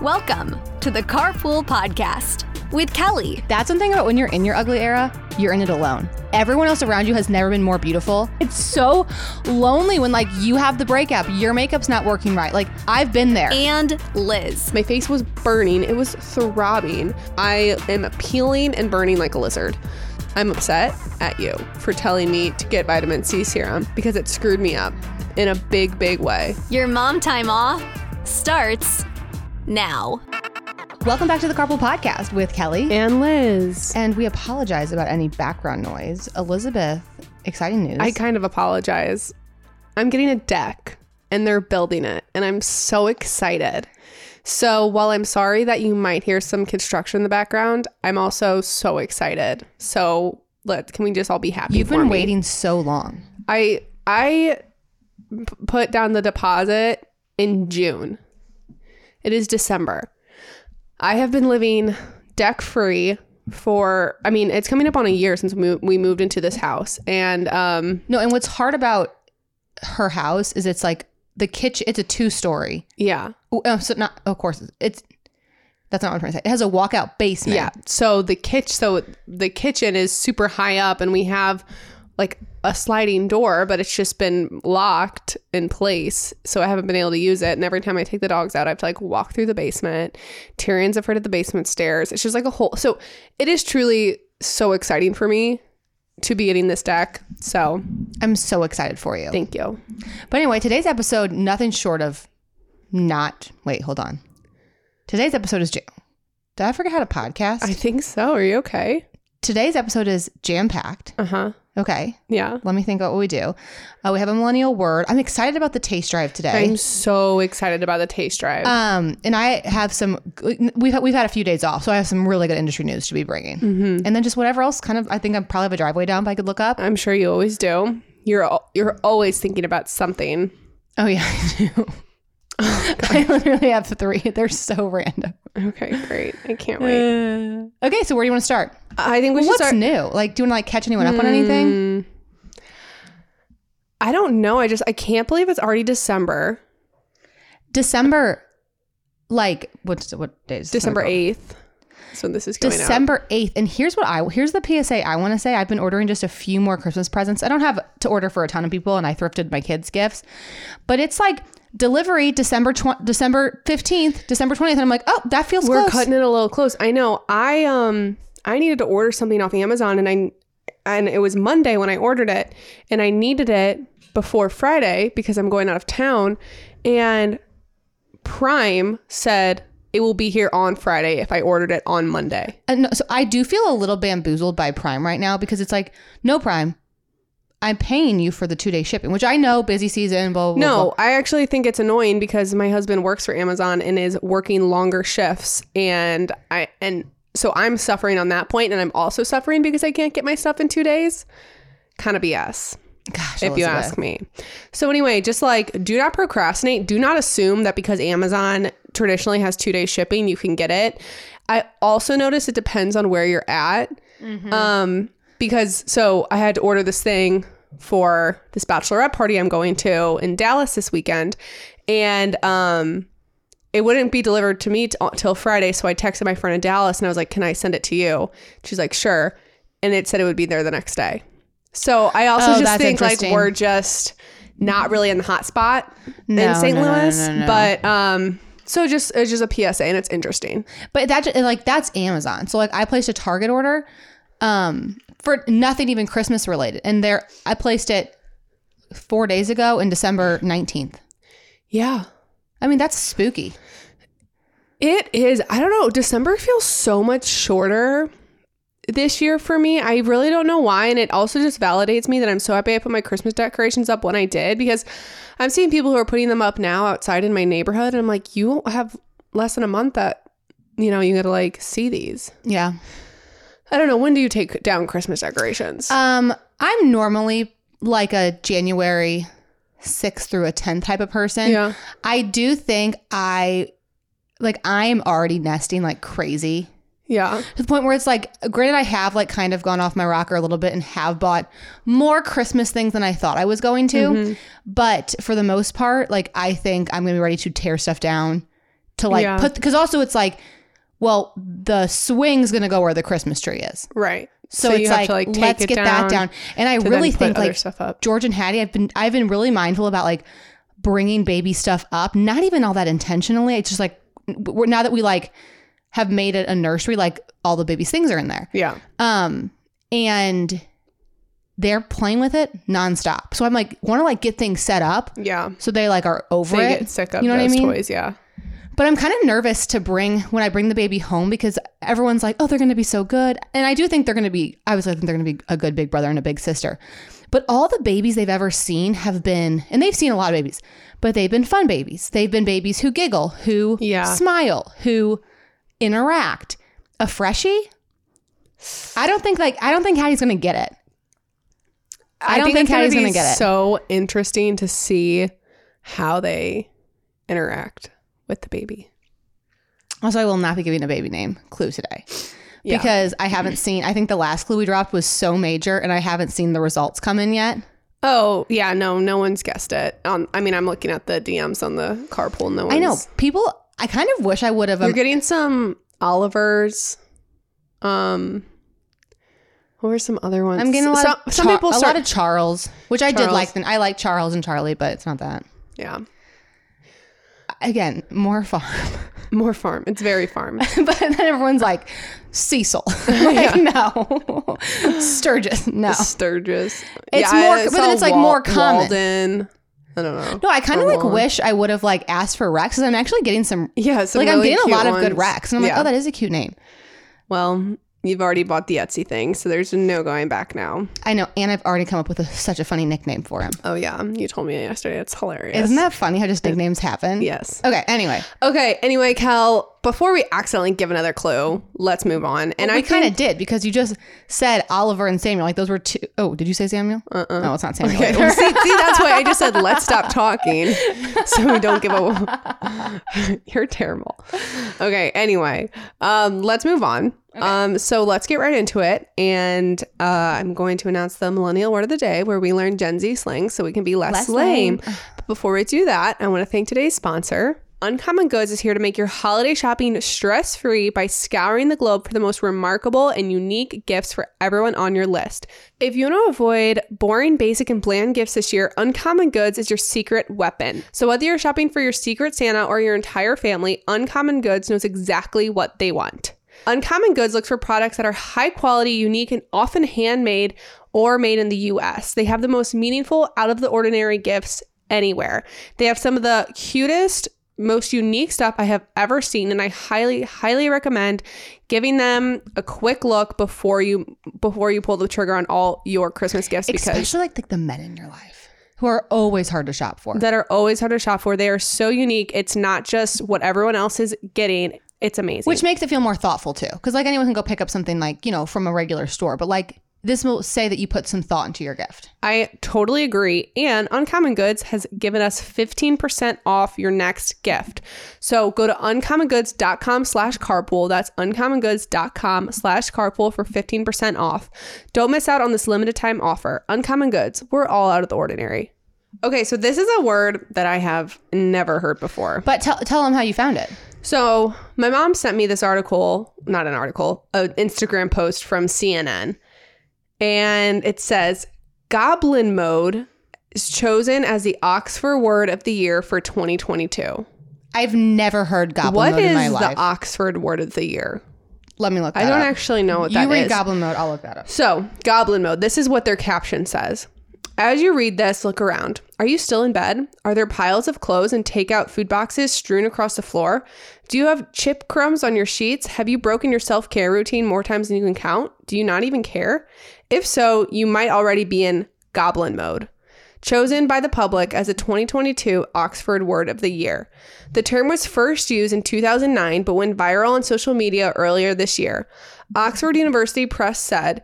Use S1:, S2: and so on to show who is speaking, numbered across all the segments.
S1: Welcome to the Carpool Podcast with Kelly.
S2: That's one thing about when you're in your ugly era, you're in it alone. Everyone else around you has never been more beautiful. It's so lonely when like you have the breakup, your makeup's not working right. Like I've been there.
S1: And Liz.
S3: My face was burning, it was throbbing. I am peeling and burning like a lizard. I'm upset at you for telling me to get vitamin C serum because it screwed me up in a big, big way.
S1: Your mom time off starts now.
S2: Welcome back to the Carpool Podcast with Kelly.
S3: And Liz.
S2: And we apologize about any background noise. Elizabeth, exciting news.
S3: I kind of apologize. I'm getting a deck and they're building it, and I'm so excited. So, while I'm sorry that you might hear some construction in the background, I'm also so excited. So, let can we just all be happy?
S2: You've
S3: for
S2: been
S3: me?
S2: waiting so long.
S3: I I p- put down the deposit in June. It is December. I have been living deck free for I mean it's coming up on a year since we, we moved into this house and um
S2: No, and what's hard about her house is it's like the kitchen, it's a two story.
S3: yeah
S2: Oh, so not, of course, it's, that's not what I'm trying to say. It has a walkout basement.
S3: yeah so the kitchen so the kitchen is super high up and we have like a sliding door but it's just been locked in place so i haven't been able to use it and every time i take the dogs out i have to like walk through the basement tyrion's afraid of the basement stairs it's just like a whole so it is truly so exciting for me to be getting this deck so
S2: I'm so excited for you.
S3: thank you
S2: But anyway, today's episode, nothing short of not. Wait, hold on. Today's episode is. Jam- Did I forget how to podcast?
S3: i think so are you okay
S2: today's episode is jam packed.
S3: uh-huh
S2: Okay.
S3: yeah
S2: Let me think about what we do. Uh, we have a millennial word. I'm excited about the taste drive today.
S3: i'm so excited about the taste drive
S2: um, and I have some. We've had, we've had a few days off, so I have some really good industry news to be bringing, mm-hmm. and then just whatever else. Kind of, I think I probably have a driveway dump I could look up.
S3: I'm sure you always do. You're al- you're always thinking about something.
S2: Oh yeah, I do.
S3: Oh,
S2: I literally have three. They're so random.
S3: Okay, great. I can't wait.
S2: Okay, so where do you want to start?
S3: I think we should
S2: What's
S3: start.
S2: new? Like, do you want to like catch anyone up on anything?
S3: Hmm. I don't know. I just I can't believe it's already December.
S2: December, like what's what day is
S3: December eighth. So this is going out.
S2: December eighth, and here's what I here's the PSA I want to say. I've been ordering just a few more Christmas presents. I don't have to order for a ton of people, and I thrifted my kids' gifts, but it's like delivery December tw- December fifteenth, December twentieth, and I'm like, oh, that feels
S3: We're
S2: close.
S3: cutting it a little close. I know. I um I needed to order something off Amazon and I and it was Monday when I ordered it and I needed it before Friday because I'm going out of town and Prime said it will be here on Friday if I ordered it on Monday.
S2: And no, so I do feel a little bamboozled by Prime right now because it's like, no Prime, I'm paying you for the two day shipping, which I know busy season. Blah blah. blah, blah.
S3: No, I actually think it's annoying because my husband works for Amazon and is working longer shifts and I and so I'm suffering on that point and I'm also suffering because I can't get my stuff in 2 days. Kind of BS
S2: gosh,
S3: if you
S2: Elizabeth.
S3: ask me. So anyway, just like do not procrastinate. Do not assume that because Amazon traditionally has two day shipping, you can get it. I also notice it depends on where you're at. Um, because so I had to order this thing for this bachelorette party I'm going to in Dallas this weekend, and um, it wouldn't be delivered to me t- till Friday. So I texted my friend in Dallas and I was like, "Can I send it to you?" She's like, "Sure," and it said it would be there the next day. So I also
S2: Oh,
S3: just
S2: that's
S3: think like
S2: interesting.
S3: we're just not really in the hot spot
S2: No,
S3: in St.
S2: no, no, no,
S3: Louis,
S2: no, no.
S3: but um, so just it's just a PSA and it's interesting.
S2: But that ju- like that's Amazon. So like I placed a Target order um for nothing even Christmas related. And there I placed it 4 days ago in December 19th.
S3: Yeah,
S2: I mean, that's spooky.
S3: It is. I don't know. December feels so much shorter this year for me. I really don't know why. And it also just validates me that I'm so happy I put my Christmas decorations up when I did because I'm seeing people who are putting them up now outside in my neighborhood. And I'm like, you have less than a month that, you know, you gotta like see these.
S2: Yeah.
S3: I don't know. When do you take down Christmas decorations?
S2: Um, I'm normally like a January 6th through a 10th type of person.
S3: Yeah.
S2: I do think I like I'm already nesting like crazy
S3: yeah.
S2: to the point where it's like granted I have like kind of gone off my rocker a little bit and have bought more Christmas things than I thought I was going to.
S3: Mm-hmm.
S2: But for the most part, like I think I'm going to be ready to tear stuff down to like
S3: Yeah.
S2: put cuz also it's like well, the swing's going to go where the Christmas tree is.
S3: Right.
S2: So, it's like, let's get that down. And I
S3: to
S2: really
S3: then put
S2: think
S3: other
S2: like
S3: stuff up.
S2: George and Hattie, I've been I've been really mindful about like bringing baby stuff up. Not even all that intentionally. It's just like we're now that we like have made it a nursery, like all the baby's things are in there.
S3: Yeah.
S2: Um, and they're playing with it nonstop. So I'm like, want to like get things set up
S3: Yeah.
S2: so they like are over
S3: They
S2: it.
S3: get sick of
S2: you know
S3: those
S2: what I mean?
S3: toys. Yeah.
S2: But I'm kind of nervous to bring when I bring the baby home because everyone's like, oh, they're going to be so good. And I do think they're going to be, I was like, they're going to be a good big brother and a big sister. But all the babies they've ever seen have been, and they've seen a lot of babies, but they've been fun babies. They've been babies who giggle, who
S3: Yeah.
S2: smile, who interact. A freshie? I don't think like, I don't think Hattie's going to get it. I don't think
S3: it's
S2: Hattie's
S3: be
S2: gonna get it.
S3: So interesting to see how they interact with the baby.
S2: Also, I will not be giving a baby name clue today
S3: Yeah.
S2: because I haven't seen. I think the last clue we dropped was so major, and I haven't seen the results come in yet.
S3: Oh yeah, no, no one's guessed it. Um, I mean, I'm looking at the DMs on the carpool. No, one's,
S2: I know people. I kind of wish I would have.
S3: You're
S2: Um,
S3: getting some Olivers. Um, who are some other ones?
S2: I'm getting a lot.
S3: Some,
S2: of
S3: some
S2: Char-
S3: people
S2: a
S3: start.
S2: lot of Charles, which I did
S3: Charles.
S2: like. Then I like Charles and Charlie, but it's not that.
S3: yeah,
S2: Again, more farm,
S3: more farm. It's very farm.
S2: but then everyone's like Cecil. like, No, Sturgis. No,
S3: Sturgis.
S2: It's more-
S3: I
S2: but
S3: saw
S2: then it's, like, more common.
S3: Walden. I don't know.
S2: no. I kind of like
S3: Walden.
S2: wish I would have like asked for Rex, and I'm actually getting some.
S3: Yeah, some
S2: like I'm
S3: really
S2: getting a
S3: cute
S2: lot of good
S3: ones.
S2: Rex, and I'm like,
S3: Yeah.
S2: oh, that is a cute name.
S3: Well, you've already bought the Etsy thing, so there's no going back now.
S2: I know, and I've already come up with a, such a funny nickname for him.
S3: Oh yeah, you told me yesterday. It's hilarious.
S2: Isn't that funny how just nicknames happen?
S3: Yes.
S2: Okay. Anyway,
S3: Okay. Anyway, Cal. Before we accidentally give another clue, let's move on. And I
S2: we
S3: kind
S2: kind of did because you just said Oliver and Samuel. Like those were two oh did you say Samuel? Uh-uh. No, it's not Samuel.
S3: of see, see, that's why I just said let's stop talking, so we don't give a. You're terrible. Okay. Anyway, um, let's move on. Um, so let's get right into it, and uh, I'm going to announce the millennial word of the day, where we learn Gen Z slang, so we can be less,
S2: Less
S3: lame.
S2: lame.
S3: But before we do that, I want to thank today's sponsor. Uncommon Goods is here to make your holiday shopping stress free by scouring the globe for the most remarkable and unique gifts for everyone on your list. If you want to avoid boring, basic, and bland gifts this year, Uncommon Goods is your secret weapon. So, whether you're shopping for your secret Santa or your entire family, Uncommon Goods knows exactly what they want. Uncommon Goods looks for products that are high quality, unique, and often handmade or made in the US. They have the most meaningful, out of the ordinary gifts anywhere. They have some of the cutest, most unique stuff I have ever seen, and I highly, highly recommend giving them a quick look before you before you pull the trigger on all your Christmas gifts because
S2: Especially like, like the men in your life who are always hard to shop for.
S3: that are always hard to shop for. They are so unique. It's not just what everyone else is getting. It's amazing.
S2: which makes it feel more thoughtful too. Because like anyone can go pick up something like, you know, from a regular store, but like this will say that you put some thought into your gift.
S3: I totally agree. And Uncommon Goods has given us 15% off your next gift. So go to uncommongoods.com slash carpool. That's uncommongoods.com slash carpool for 15% off. Don't miss out on this limited time offer. Uncommon Goods, we're all out of the ordinary. Okay, so this is a word that I have never heard before.
S2: But tell tell them how you found it.
S3: So my mom sent me this article, not an article, an Instagram post from CNN, and it says "Goblin mode is chosen as the Oxford word of the year for 2022."
S2: I've never heard goblin
S3: What
S2: mode in my
S3: is
S2: life.
S3: the Oxford word of the year?
S2: Let me look. That
S3: I don't
S2: up.
S3: actually know what
S2: You
S3: that
S2: read
S3: is.
S2: goblin mode. I'll look that up.
S3: So, goblin mode. This is what their caption says. As you read this, look around. Are you still in bed? Are there piles of clothes and takeout food boxes strewn across the floor? Do you have chip crumbs on your sheets? Have you broken your self care routine more times than you can count? Do you not even care? If so, you might already be in goblin mode. Chosen by the public as a 2022 Oxford Word of the Year. The term was first used in 2009 but went viral on social media earlier this year. Oxford University Press said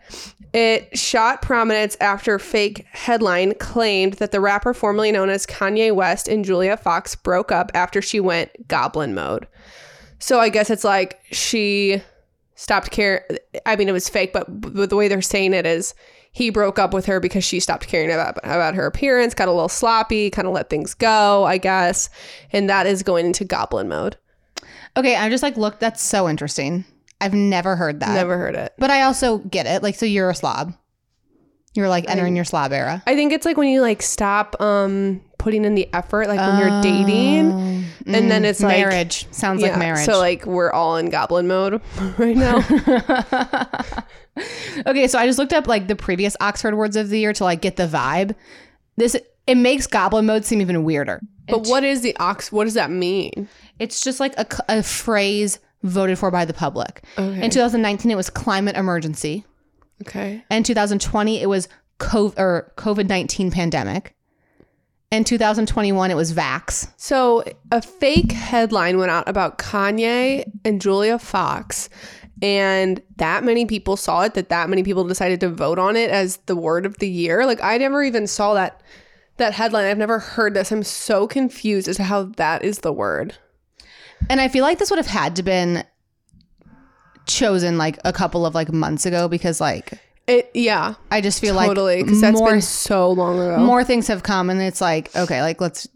S3: it shot prominence after fake headline claimed that the rapper formerly known as Kanye West and Julia Fox broke up after she went goblin mode. So I guess it's like she stopped care. I mean, it was fake, but but the way they're saying it is he broke up with her because she stopped caring about about her appearance, got a little sloppy, kind of let things go, I guess, and that is going into goblin mode.
S2: Okay, I'm just like, look, that's so interesting. I've never heard that.
S3: Never heard it.
S2: But I also get it. Like, so you're a slob. You're like entering your slob era.
S3: I think it's like when you like stop um putting in the effort, like when you're dating,
S2: Um,
S3: and then it's like
S2: marriage. Sounds like
S3: Yeah,
S2: marriage.
S3: So like we're all in goblin mode right now.
S2: okay, so I just looked up like the previous Oxford words of the year to like get the vibe. This it makes goblin mode seem even weirder.
S3: but what is the ox? What does that mean?
S2: It's just like a, c- a phrase voted for by the public.
S3: Okay.
S2: In 2019, it was climate emergency.
S3: Okay.
S2: In 2020, it was COVID or COVID 19 pandemic. In 2021, it was Vax.
S3: So, a fake headline went out about Kanye and Julia Fox, and that many people saw it that that many people decided to vote on it as the word of the year. Like I never even saw that that headline. I've never heard this. I'm so confused as to how that is the word.
S2: And I feel like this would have had to been chosen like a couple of like months ago because like
S3: It yeah,
S2: I just feel
S3: totally
S2: like
S3: because that's
S2: more
S3: been so long ago.
S2: more things have come and it's like okay like let's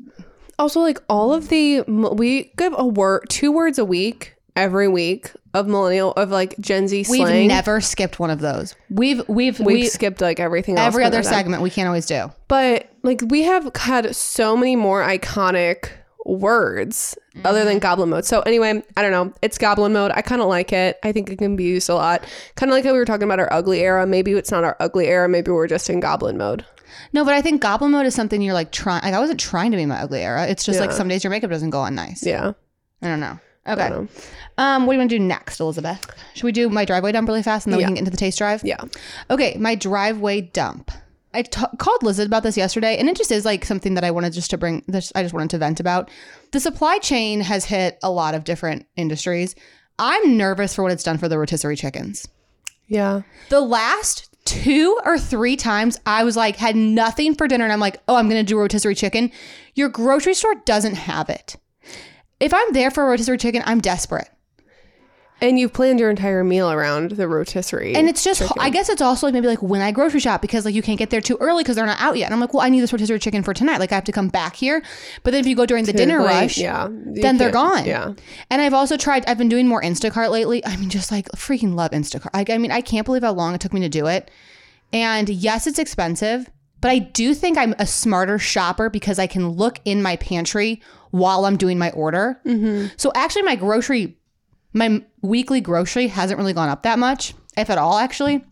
S3: also like all of the m- we give a word two words a week every week of millennial of like Gen Z
S2: we've
S3: slang.
S2: never skipped one of those we've we've
S3: We've
S2: we
S3: skipped like everything else
S2: every
S3: but
S2: other
S3: then.
S2: segment we can't always do
S3: But like we have had so many more iconic words other
S2: Mm-hmm.
S3: than goblin mode. So anyway, I don't know. It's goblin mode. I kind of like it. I think it can be used a lot. Kind of like how we were talking about our ugly era. Maybe it's not our ugly era. Maybe we're just in goblin mode.
S2: no but I think goblin mode is something you're like trying like I wasn't trying to be my ugly era it's just like some days your makeup doesn't go on nice
S3: Yeah.
S2: I don't know okay um what do you want to do next Elizabeth should we do my driveway dump really fast and then we can get into the taste drive
S3: Yeah.
S2: Okay, my driveway dump. I t- called Liz about this yesterday, and it just is like something that I wanted just to bring. This I just wanted to vent about. The supply chain has hit a lot of different industries. I'm nervous for what it's done for the rotisserie chickens.
S3: Yeah.
S2: The last two or three times I was like had nothing for dinner, and I'm like, oh, I'm gonna do rotisserie chicken. Your grocery store doesn't have it. If I'm there for a rotisserie chicken, I'm desperate.
S3: And you've planned your entire meal around the rotisserie.
S2: And it's just, I guess it's also like maybe like when I grocery shop because like you can't get there too early because they're not out yet. And I'm like, well, I need this rotisserie chicken for tonight. Like I have to come back here. But then if you go during the dinner
S3: Like,
S2: rush,
S3: Yeah. You
S2: then they're gone.
S3: can't- Yeah.
S2: And I've also tried, I've been doing more Instacart lately. I mean, just like freaking love Instacart. Like, I mean, I can't believe how long it took me to do it. And yes, it's expensive, but I do think I'm a smarter shopper because I can look in my pantry while I'm doing my order. So actually, my grocery, my weekly grocery hasn't really gone up that much, if at all, actually.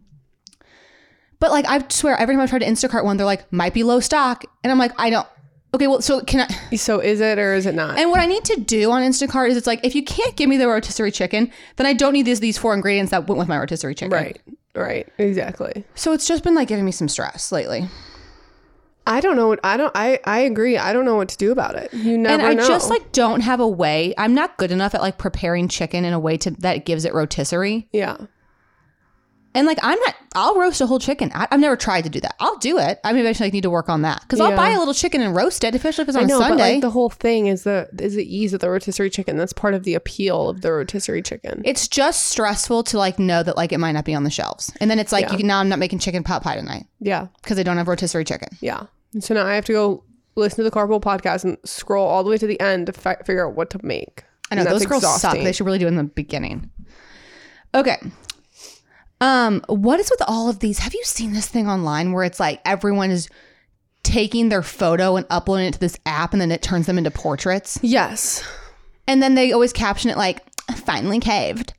S2: But like, I swear, every time I've tried to Instacart one, they're like, might be low stock. And I'm like, I don't. Okay, well, so can I?
S3: So is it or is it not?
S2: And what I need to do on Instacart is it's like if you can't give me the rotisserie chicken, then I don't need these these four ingredients that went with my rotisserie chicken.
S3: right. Right. Exactly.
S2: So it's just been like giving me some stress lately.
S3: I don't know. What, I don't. I. I agree. I don't know what to do about it. You never
S2: and I
S3: know.
S2: just like don't have a way. I'm not good enough at like preparing chicken in a way to that gives it rotisserie.
S3: Yeah.
S2: And like I'm not I'll roast a whole chicken. I, I've never tried to do that. I'll do it. I mean eventually I need to work on that. Because I'll
S3: Yeah.
S2: buy a little chicken and roast it, especially if it's on
S3: I know,
S2: a Sunday.
S3: but like the whole thing is the is the ease of the rotisserie chicken. That's part of the appeal of the rotisserie chicken.
S2: it's just stressful to like know that like it might not be on the shelves. And then it's like
S3: Yeah.
S2: you can, now I'm not making chicken pot pie tonight
S3: yeah,
S2: because I don't have rotisserie chicken.
S3: yeah. And so now I have to go listen to the carpool podcast and scroll all the way to the end to fi- figure out what to make.
S2: I know
S3: And that's
S2: those girls suck.
S3: exhausting.
S2: They should really do it in the beginning. Okay. Um, what is with all of these? Have you seen this thing online where it's like everyone is taking their photo and uploading it to this app and then it turns them into portraits?
S3: yes,
S2: And then they always caption it like, finally caved.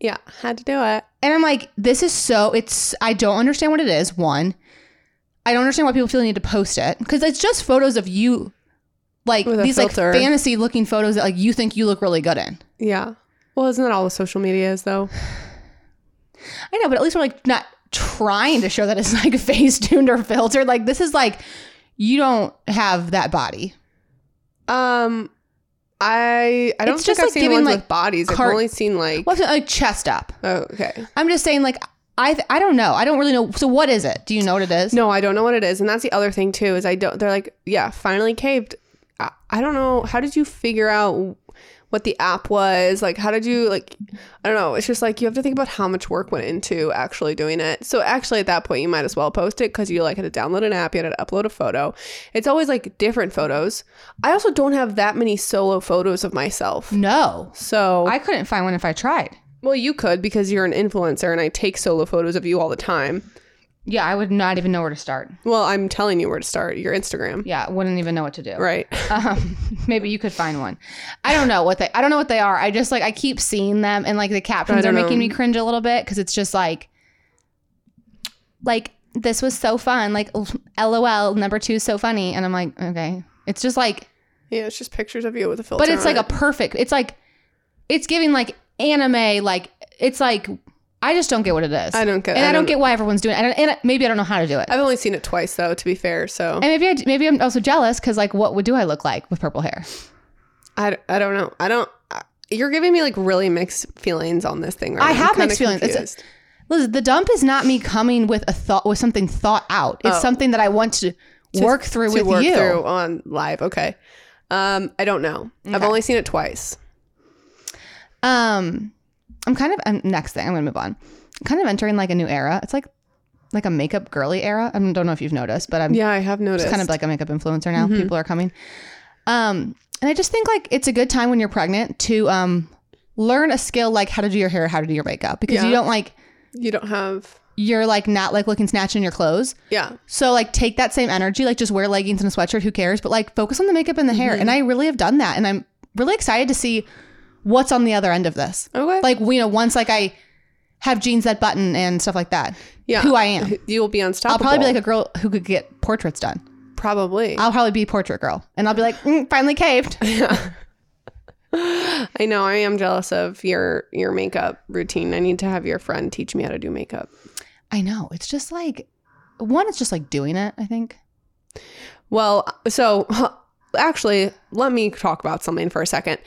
S3: yeah, had to do it.
S2: And I'm like, this is so it's I don't understand what it is, one. I don't understand why people feel the need to post it because it's just photos of you, like
S3: With a
S2: these
S3: filter.
S2: like fantasy looking photos that like you think you look really good in.
S3: Yeah. Well, isn't that all the social media is though?
S2: I know, but at least we're like not trying to show that it's like face tuned or filtered. Like this is like you don't have that body.
S3: Um, I I don't
S2: It's
S3: think
S2: just
S3: I've
S2: like
S3: seen
S2: giving,
S3: ones
S2: like,
S3: with bodies. I've
S2: cart-
S3: only seen like
S2: Well, like chest up.
S3: oh, okay.
S2: I'm just saying, like I I don't know. I don't really know. So what is it? Do you know what it is?
S3: No, I don't know what it is, and that's the other thing too. Is I don't. They're like, yeah, finally caved. I, I don't know. How did you figure out what the app was? Like, how did you like? I don't know. It's just like you have to think about how much work went into actually doing it. So actually, at that point, you might as well post it because you like had to download an app, you had to upload a photo. It's always like different photos. I also don't have that many solo photos of myself.
S2: no.
S3: So
S2: Mm. I couldn't find one if I tried.
S3: Well, you could because you're an influencer and I take solo photos of you all the time.
S2: Yeah, I would not even know where to start.
S3: Well, I'm telling you where to start your Instagram.
S2: Yeah, wouldn't even know what to do.
S3: Right.
S2: Um, maybe you could find one. I don't know what they. I don't know what they are. I just like I keep seeing them, and like the captions are
S3: don't
S2: making me
S3: know.
S2: cringe a little bit because it's just like, like this was so fun. Like, lol, number two, is so funny, and I'm like, okay, it's just like,
S3: Yeah, it's just pictures of you with a filter.
S2: but it's
S3: on
S2: like a
S3: it.
S2: perfect. It's like, it's giving like anime. Like, it's like I just don't get what it is.
S3: I don't get-
S2: and
S3: I
S2: I don't
S3: don't-
S2: get why everyone's doing. it. I don't, and I- maybe I don't know how to do it.
S3: I've only seen it twice though, to be fair. So
S2: and maybe I, d- maybe I'm also jealous because like what would do I look like with purple hair?
S3: I, I don't know. I don't. I- You're giving me like really mixed feelings on this thing right
S2: I
S3: now. I'm
S2: have
S3: kinda
S2: mixed feelings. It's-
S3: confused.
S2: Liz, the dump is not me coming with a thought with something thought out. It's something that I want to work through
S3: Oh.
S2: with
S3: To work
S2: you.
S3: through on live. Okay. Um, I don't know. I've only seen it twice.
S2: Um, I'm kind of um, next thing. I'm gonna move on. I'm kind of entering like a new era. It's like like a makeup girly era. I don't know if you've noticed, but I'm
S3: Yeah, I have noticed. Mm-hmm.
S2: just kind of like a makeup influencer now. People are coming. Um, and I just think like it's a good time when you're pregnant to um learn a skill like how to do your hair, how to do your makeup because you
S3: Yeah.
S2: don't like
S3: you don't have.
S2: you're like not like looking snatched in your clothes.
S3: Yeah.
S2: So like take that same energy, like just wear leggings and a sweatshirt, who cares? But like focus on the makeup and the hair.
S3: Mm-hmm.
S2: And I really have done that. And I'm really excited to see what's on the other end of this.
S3: Okay.
S2: Like, you know, once like I have jeans that button and stuff like that.
S3: yeah.
S2: Who I am.
S3: You will be
S2: I'll
S3: unstoppable.
S2: probably be like Uh, a girl who could get portraits done.
S3: probably.
S2: I'll probably be portrait girl. And I'll be like, mm, finally caved.
S3: I know I am jealous of your your makeup routine. I need to have your friend teach me how to do makeup.
S2: I know. It's just like one, it's just like doing it, I think.
S3: Well, so huh, actually, let me talk about something for a second.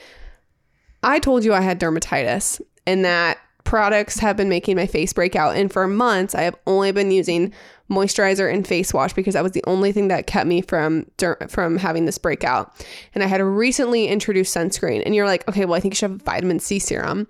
S3: I told you I had dermatitis and that products have been making my face break out and for months I have only been using moisturizer and face wash because that was the only thing that kept me from der- from having this breakout. And I had recently introduced sunscreen and you're like, "Okay, well, I think you should have a vitamin C serum."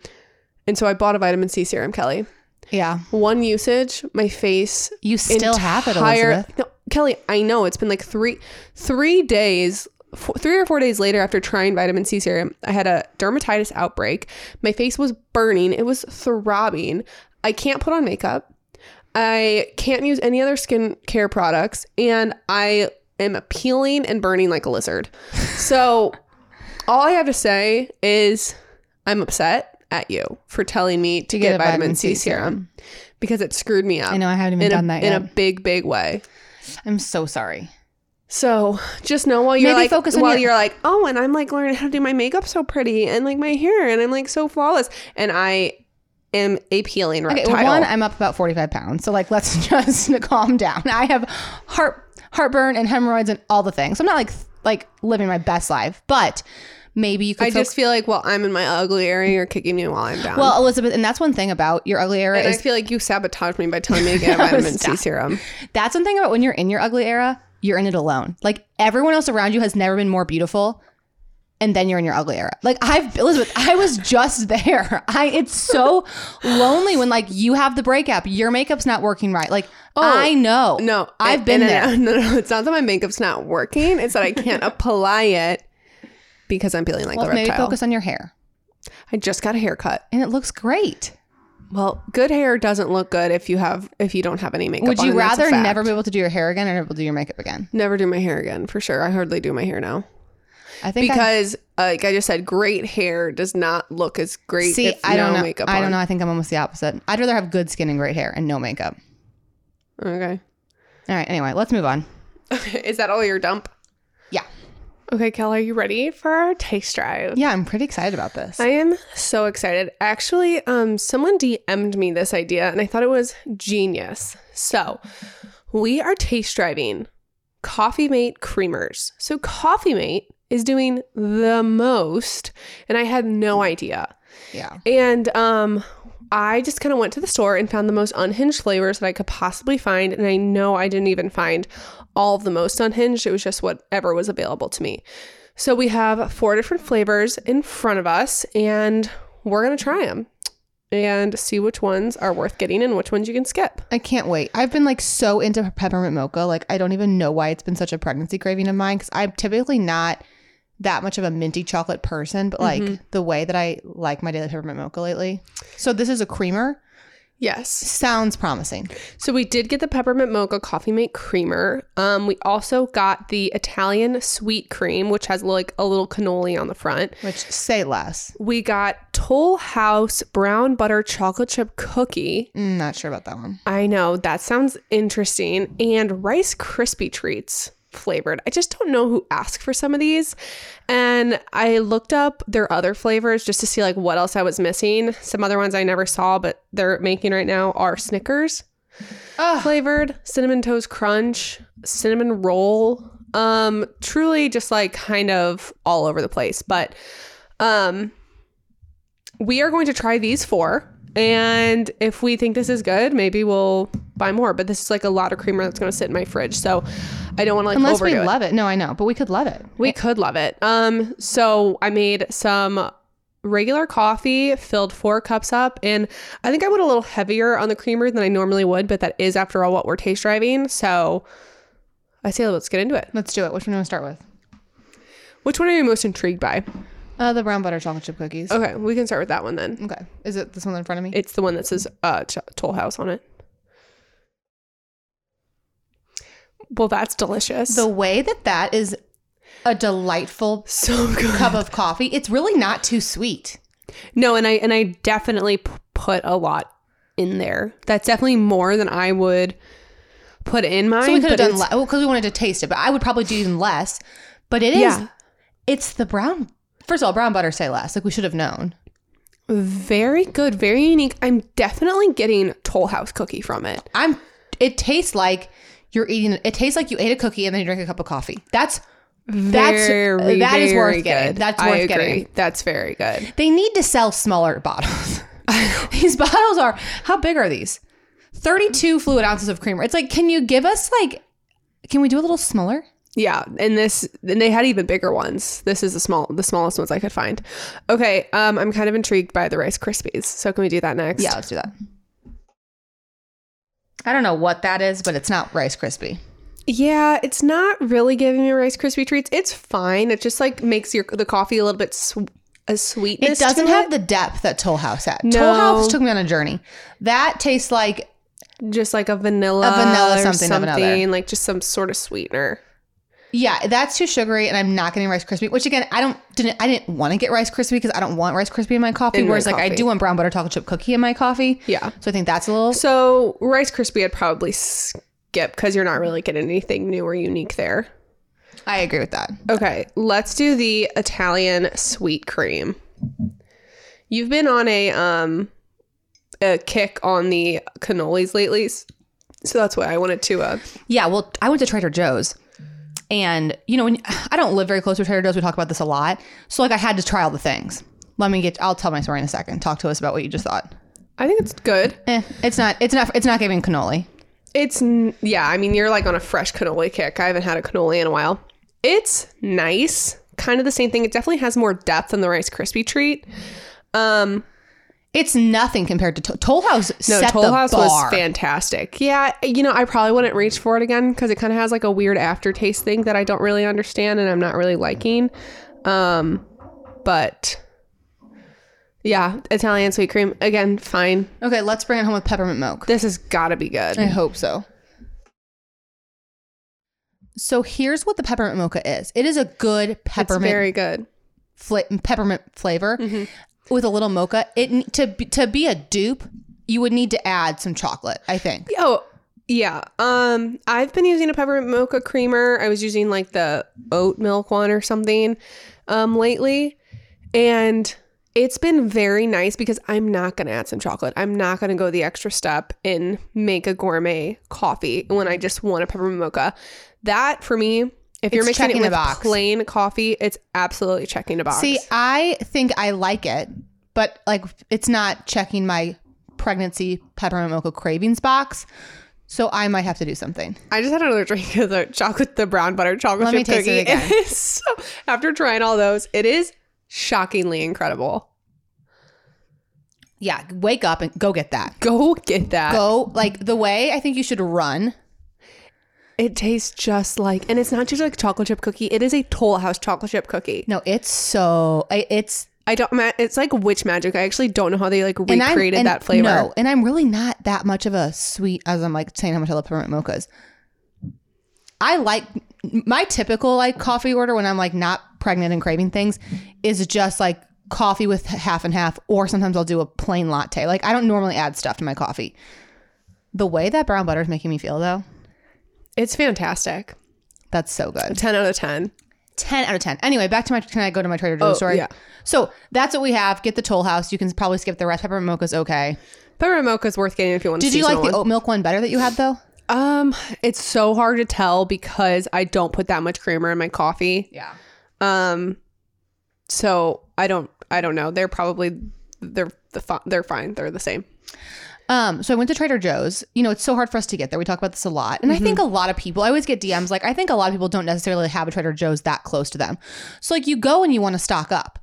S3: And so I bought a vitamin C serum, Kelly.
S2: Yeah.
S3: one usage, my face
S2: You still have it, Elizabeth.
S3: No, Kelly, I know it's been like three three days. Four, three or four days later, after trying vitamin C serum, I had a dermatitis outbreak. My face was burning. It was throbbing. I can't put on makeup. I can't use any other skincare products, and I am peeling and burning like a lizard. So, all I have to say is, I'm upset at you for telling me to, get, vitamin, C, serum because it screwed me up.
S2: I know I haven't even
S3: in
S2: done
S3: a,
S2: that
S3: in
S2: yet.
S3: a big, big way.
S2: I'm so sorry.
S3: So just know while you're
S2: Maybe
S3: like
S2: focus on
S3: while
S2: your-
S3: you're like, oh, and I'm like learning how to do my makeup so pretty and like my hair and I'm like so flawless and I am a peeling
S2: Okay,
S3: reptile.
S2: well, one, I'm up about 45 pounds. So, like, let's just calm down. I have heart heartburn and hemorrhoids and all the things. So I'm not like like living my best life, but maybe you could.
S3: I
S2: feel-
S3: just feel like, well, I'm in my ugly area. You're kicking me while I'm down.
S2: well, Elizabeth, and that's one thing about your ugly era
S3: and I
S2: is
S3: feel like you sabotaged me by telling me to get a vitamin C
S2: stop.
S3: serum.
S2: that's one thing about when you're in your ugly era, you're in it alone. Like everyone else around you has never been more beautiful. And then you're in your ugly era. Like I've Elizabeth, I was just there. I it's so lonely when like you have the breakup, your makeup's not working right. Like I know.
S3: Oh, No,
S2: I've
S3: and-
S2: been
S3: and-
S2: there.
S3: and- No, no, it's not that my makeup's not working. It's that I can't apply it because I'm feeling like
S2: Well,
S3: a
S2: maybe
S3: reptile.
S2: focus on your hair.
S3: I just got a haircut.
S2: And it looks great.
S3: Well, good hair doesn't look good if you have if you don't have any makeup.
S2: Would
S3: on,
S2: you
S3: and that's a
S2: rather
S3: fact.
S2: never be able to do your hair again or never be able to do your makeup again?
S3: never do my hair again for sure? I hardly do my hair now
S2: I think I-
S3: because, uh, like I just said, great hair does not look as great.
S2: see,
S3: if
S2: I don't
S3: no
S2: know.
S3: Makeup
S2: I don't
S3: on.
S2: know. I think I'm almost the opposite. I'd rather have good skin and great hair and no makeup.
S3: Okay,
S2: All right. Anyway, let's move on.
S3: Is that all your dump?
S2: Yeah.
S3: Okay, Kelly, are you ready for our taste drive?
S2: Yeah, I'm pretty excited about this.
S3: I am so excited. Actually, um, someone DM'd me this idea and I thought it was genius. So, we are taste driving Coffee Mate creamers. So, Coffee Mate is doing the most, and I had no idea.
S2: yeah.
S3: And um I just kind of went to the store and found the most unhinged flavors that I could possibly find. And I know I didn't even find all of the most unhinged. It was just whatever was available to me. So we have four different flavors in front of us, and we're going to try them and see which ones are worth getting and which ones you can skip.
S2: I can't wait. I've been like so into peppermint mocha. Like I don't even know why it's been such a pregnancy craving of mine because I'm typically not that much of a minty chocolate person, but like the way that I like my daily peppermint mocha lately. So this is a creamer.
S3: Yes.
S2: Sounds promising.
S3: So we did get the peppermint mocha coffee mate creamer. Um, we also got the Italian sweet cream, which has like a little cannoli on the front.
S2: Which say less.
S3: We got Toll House brown butter chocolate chip cookie.
S2: Mm, Not sure about that one.
S3: I know that sounds interesting. And Rice crispy treats flavored. I just don't know who asked for some of these. And I looked up their other flavors just to see like what else I was missing. Some other ones I never saw, but they're making right now are Snickers flavored, cinnamon toast crunch, cinnamon roll. Um, truly just like kind of all over the place. But um we are going to try these four. And if we think this is good, maybe we'll buy more. But this is like a lot of creamer that's going to sit in my fridge. So I don't want to like
S2: Unless
S3: overdo
S2: we
S3: it.
S2: love it. No, I know, but we could love it.
S3: we could love it. Um, so I made some regular coffee, filled four cups up, and I think I went a little heavier on the creamer than I normally would, but that is after all what we're taste driving. So I say let's get into it.
S2: Let's do it. Which one do you want to start with?
S3: Which one are you most intrigued by?
S2: Uh, the brown butter chocolate chip cookies.
S3: Okay, we can start with that one then.
S2: Okay. Is it this one in front of me?
S3: It's the one that says uh, Ch- Toll House on it. Well, that's delicious.
S2: the way that that is a delightful
S3: so good.
S2: cup of coffee, it's really not too sweet.
S3: No, and I and I definitely p- put a lot in there. That's definitely more than I would put in mine.
S2: So we could have
S3: but
S2: done
S3: it's-
S2: less because we wanted to taste it, but I would probably do even less. But it is,
S3: Yeah.
S2: it's the brown. First of all, brown butter say less. Like we should have known.
S3: Very good, very unique. I'm definitely getting Toll House cookie from it.
S2: I'm. It tastes like you're eating. It tastes like you ate a cookie and then you drink a cup of coffee. That's that's uh,
S3: very,
S2: that is
S3: very
S2: worth getting.
S3: good.
S2: That's
S3: I
S2: worth
S3: agree.
S2: getting.
S3: That's very good.
S2: They need to sell smaller bottles. these bottles are how big are these? Thirty-two fluid ounces of creamer. It's like, can you give us like? Can we do a little smaller?
S3: Yeah, and this and they had even bigger ones. This is the small the smallest ones I could find. Okay, um, I'm kind of intrigued by the Rice Krispies. So can we do that next?
S2: Yeah, let's do that. I don't know what that is, but it's not Rice Krispie.
S3: Yeah, it's not really giving me Rice Krispie treats. It's fine. It just like makes your the coffee a little bit sw- a
S2: It
S3: sweetness.
S2: doesn't
S3: to
S2: have the depth that Toll House had. Toll
S3: No.
S2: House took me on a journey. That tastes like
S3: it. just like a vanilla,
S2: A vanilla
S3: or
S2: something of another.
S3: like just some sort of sweetener.
S2: yeah, that's too sugary, and I'm not getting Rice Krispie. Which again, I don't didn't I didn't want to get Rice Krispie because I don't want Rice Krispie in my coffee.
S3: In my
S2: whereas like I
S3: coffee.
S2: do want brown butter chocolate chip cookie in my coffee.
S3: Yeah.
S2: So I think that's a little.
S3: So Rice Krispie, I'd probably skip because you're not really getting anything new or unique there.
S2: I agree with that.
S3: Okay, let's do the Italian sweet cream. You've been on a um a kick on the cannolis lately, s- so that's why I wanted to uh
S2: Yeah, well, I went to Trader Joe's. And, you know, when I don't live very close to Trader Joe's, we talk about this a lot. So, like, I had to try all the things. Let me get, I'll tell my story in a second. Talk to us about what you just thought.
S3: I think it's good.
S2: Eh, it's not, it's not, it's not giving cannoli.
S3: It's n- yeah, I mean you're like on a fresh cannoli kick. I haven't had a cannoli in a while. It's nice, kind of the same thing. It definitely has more depth than the Rice crispy treat. Um,
S2: It's nothing compared to to- Toll House.
S3: no,
S2: set
S3: Toll
S2: the
S3: House
S2: bar.
S3: was fantastic. Yeah, you know I probably wouldn't reach for it again because it kind of has like a weird aftertaste thing that I don't really understand and I'm not really liking. Um, but yeah, Italian sweet cream again, fine.
S2: Okay, let's bring it home with peppermint milk.
S3: This has got to be good.
S2: I hope so. So here's what the peppermint mocha is. It is a good
S3: It's
S2: peppermint
S3: very Mm-hmm. good.
S2: fla- peppermint flavor with a little mocha. It n- to be, to be a dupe, you would need to add some chocolate. I think.
S3: Oh, Yeah. Um, I've been using a peppermint mocha creamer. I was using like the oat milk one or something um lately. And it's been very nice because I'm not gonna add some chocolate. I'm not gonna go the extra step and make a gourmet coffee when I just want a peppermint mocha. That for me, if you're
S2: It's
S3: mixing it
S2: checking the
S3: with
S2: box.
S3: plain coffee, it's absolutely checking a box.
S2: See, I think I like it, but like it's not checking my pregnancy peppermint mocha cravings box. So I might have to do something.
S3: I just had another drink of the chocolate, the brown butter chocolate
S2: Let me
S3: chip
S2: taste
S3: cookie.
S2: it again.
S3: It is so, after trying all those, it is shockingly incredible.
S2: Yeah, wake up and go get that.
S3: Go get that.
S2: Go like the way I think you should run.
S3: It tastes just like, and it's not just like chocolate chip cookie. It is a Toll House chocolate chip cookie.
S2: No, it's so I- it's
S3: I don't. ma- It's like witch magic. I actually don't know how they like
S2: and I'm-
S3: recreated
S2: and-
S3: that flavor.
S2: No, and I'm really not that much of a sweet as I'm like saying how much I love peppermint mochas. I like my typical like coffee order when I'm like not pregnant and craving things is just like coffee with half and half, or sometimes I'll do a plain latte. Like I don't normally add stuff to my coffee. The way that brown butter is making me feel though,
S3: It's fantastic.
S2: that's so good.
S3: Ten out of ten.
S2: 10 out of 10. Anyway, back to my, can I go to my Trader Joe's story?
S3: Oh, yeah.
S2: So that's what we have. Get the Toll House. You can probably skip the rest. Peppermint mocha's okay.
S3: Peppermint mocha is worth getting if you want.
S2: Did
S3: a
S2: you like
S3: seasonal
S2: the
S3: one.
S2: oat milk one better that you had though?
S3: Um, it's so hard to tell because I don't put that much creamer in my coffee.
S2: Yeah.
S3: Um, so I don't. I don't know. They're probably they're the fi- they're fine. They're the same.
S2: Um, so I went to Trader Joe's. You know, it's so hard for us to get there. We talk about this a lot. And I think a lot of people, I always get DMs like, I think a lot of people don't necessarily have a Trader Joe's that close to them. So, like, you go and you want to stock up.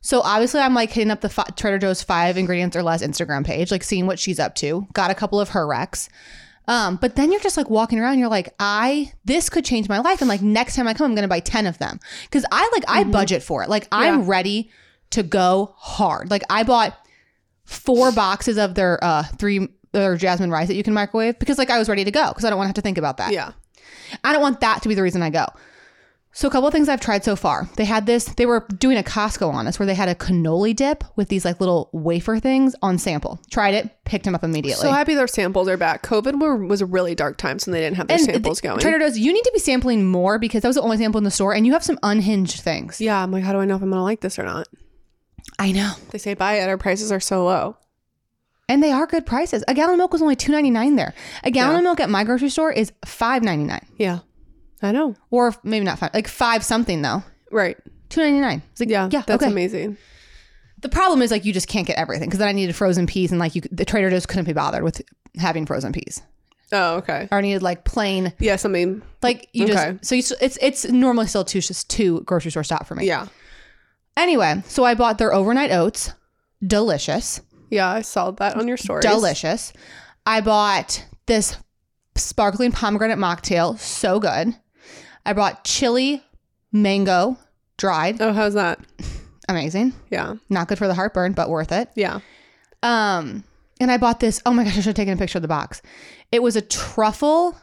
S2: So, obviously, I'm like hitting up the fi- Trader Joe's five ingredients or less Instagram page, like seeing what she's up to. Got a couple of her recs. Um, but then you're just like walking around, you're like, I, this could change my life. And like, next time I come, I'm going to buy 10 of them. Cause I like,
S3: Mm-hmm.
S2: I budget for it. Like, I'm ready to go hard. Like, I bought four boxes of their uh three their jasmine rice that you can microwave because like I was ready to go because I don't want to have to think about that.
S3: Yeah.
S2: I don't want that to be the reason I go. So a couple of things I've tried so far. They had this, they were doing a Costco on us where they had a cannoli dip with these like little wafer things on sample. Tried it, picked them up immediately.
S3: So happy their samples are back. COVID were, was a really dark time, so they didn't have their
S2: And
S3: samples
S2: th-
S3: going.
S2: Trader Joe's, you need to be sampling more because that was the only sample in the store and you have some unhinged things.
S3: yeah, I'm like, how do I know if I'm gonna like this or not?
S2: I know.
S3: They say buy it. Our prices are so low.
S2: And they are good prices. A gallon of milk was only two ninety nine there. A gallon
S3: Yeah.
S2: of milk at my grocery store is five ninety nine.
S3: Yeah, I know.
S2: or f- maybe not five, like five something though.
S3: Right.
S2: Two ninety nine. It's like
S3: Yeah.
S2: yeah,
S3: That's
S2: okay.
S3: amazing.
S2: The problem is like you just can't get everything because then I needed frozen peas and like you, c- the Trader Joe's couldn't be bothered with having frozen peas.
S3: Oh, okay.
S2: Or I needed like plain
S3: Yeah, something.
S2: like you
S3: Okay.
S2: just so you, s- it's it's normally still two just two grocery store stop for me.
S3: Yeah.
S2: Anyway, so I bought their overnight oats, delicious,
S3: Yeah, I saw that on your story.
S2: delicious. I bought this sparkling pomegranate mocktail, so good. I bought chili mango dried,
S3: Oh, how's that?
S2: amazing.
S3: Yeah.
S2: Not good for the heartburn, but worth it.
S3: Yeah.
S2: Um, and I bought this. Oh my gosh, I should have taken a picture of the box. It was a truffle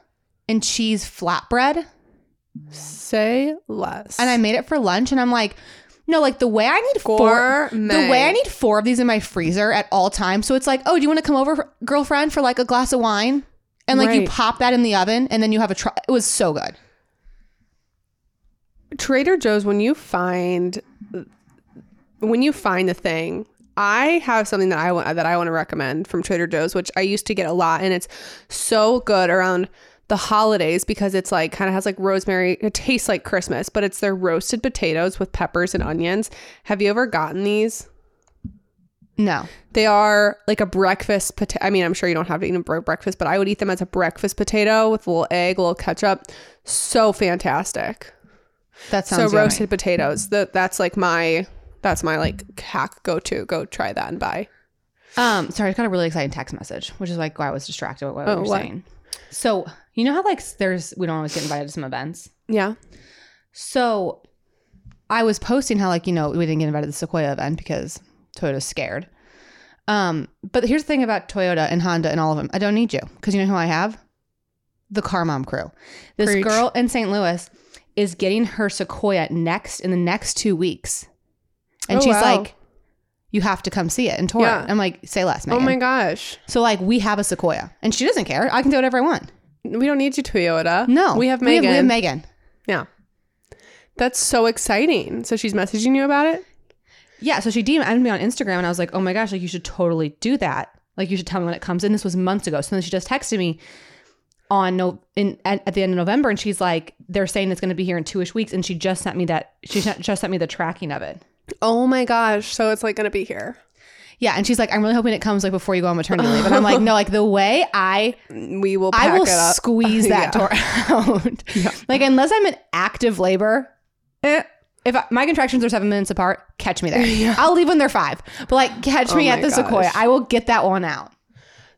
S2: and cheese flatbread,
S3: Say less.
S2: and I made it for lunch. And I'm like, no, like the way I need four,
S3: Gourmet.
S2: the way I need four of these in my freezer at all times. So it's like, oh, do you want to come over, girlfriend, for like a glass of wine? And like
S3: Right.
S2: you pop that in the oven, and then you have a. Tr- it was so good.
S3: Trader Joe's when you find when you find the thing, I have something that I want that I want to recommend from Trader Joe's, which I used to get a lot, and it's so good around the holidays because it's like kind of has like rosemary. It tastes like Christmas, but it's their roasted potatoes with peppers and onions. Have you ever gotten these?
S2: No,
S3: They are like a breakfast potato. I mean, I'm sure you don't have to eat them for breakfast, but I would eat them as a breakfast potato with a little egg, a little ketchup. So fantastic
S2: that
S3: so
S2: sounds yummy.
S3: roasted potatoes that that's like my that's my like hack go to go try that and buy
S2: Um, sorry, I got a really exciting text message, which is like why I was distracted with what
S3: Oh,
S2: you were
S3: what?
S2: saying. So you know how like there's we don't always get invited to some events.
S3: yeah
S2: So I was posting how like, you know, we didn't get invited to the Sequoia event because Toyota's scared. Um, but here's the thing about Toyota and Honda and all of them. I don't need you because you know who I have? The Car Mom crew. This
S3: Preach.
S2: girl in St. Louis is getting her Sequoia next in the next two weeks. And
S3: Oh,
S2: she's
S3: wow.
S2: like, you have to come see it and tour
S3: Yeah.
S2: it. I'm like, say less,
S3: oh
S2: Megan.
S3: my gosh
S2: So like we have a Sequoia and she doesn't care. I can do whatever I want.
S3: We don't need you, Toyota.
S2: No,
S3: we have
S2: We
S3: Megan.
S2: have, we have Megan.
S3: yeah, that's so exciting. So she's messaging you about it.
S2: Yeah, so she DM'd me on Instagram and I was like, oh my gosh, like you should totally do that. Like you should tell me when it comes in. This was months ago. So then she just texted me on no in at, at the end of November and she's like, they're saying it's gonna be here in two ish weeks. And she just sent me that she sent- just sent me the tracking of it.
S3: Oh my gosh! So it's like gonna be here.
S2: Yeah, and she's like, I'm really hoping it comes like before you go on maternity leave. And I'm like, no, like the way I
S3: We will. Pack
S2: I will
S3: it up.
S2: squeeze that
S3: Yeah.
S2: door out. Like unless I'm in active labor, eh, if I, my contractions are seven minutes apart, catch me there. I'll leave when they're five, but like catch me
S3: Oh my
S2: at the Sequoia.
S3: gosh.
S2: I will get that one out.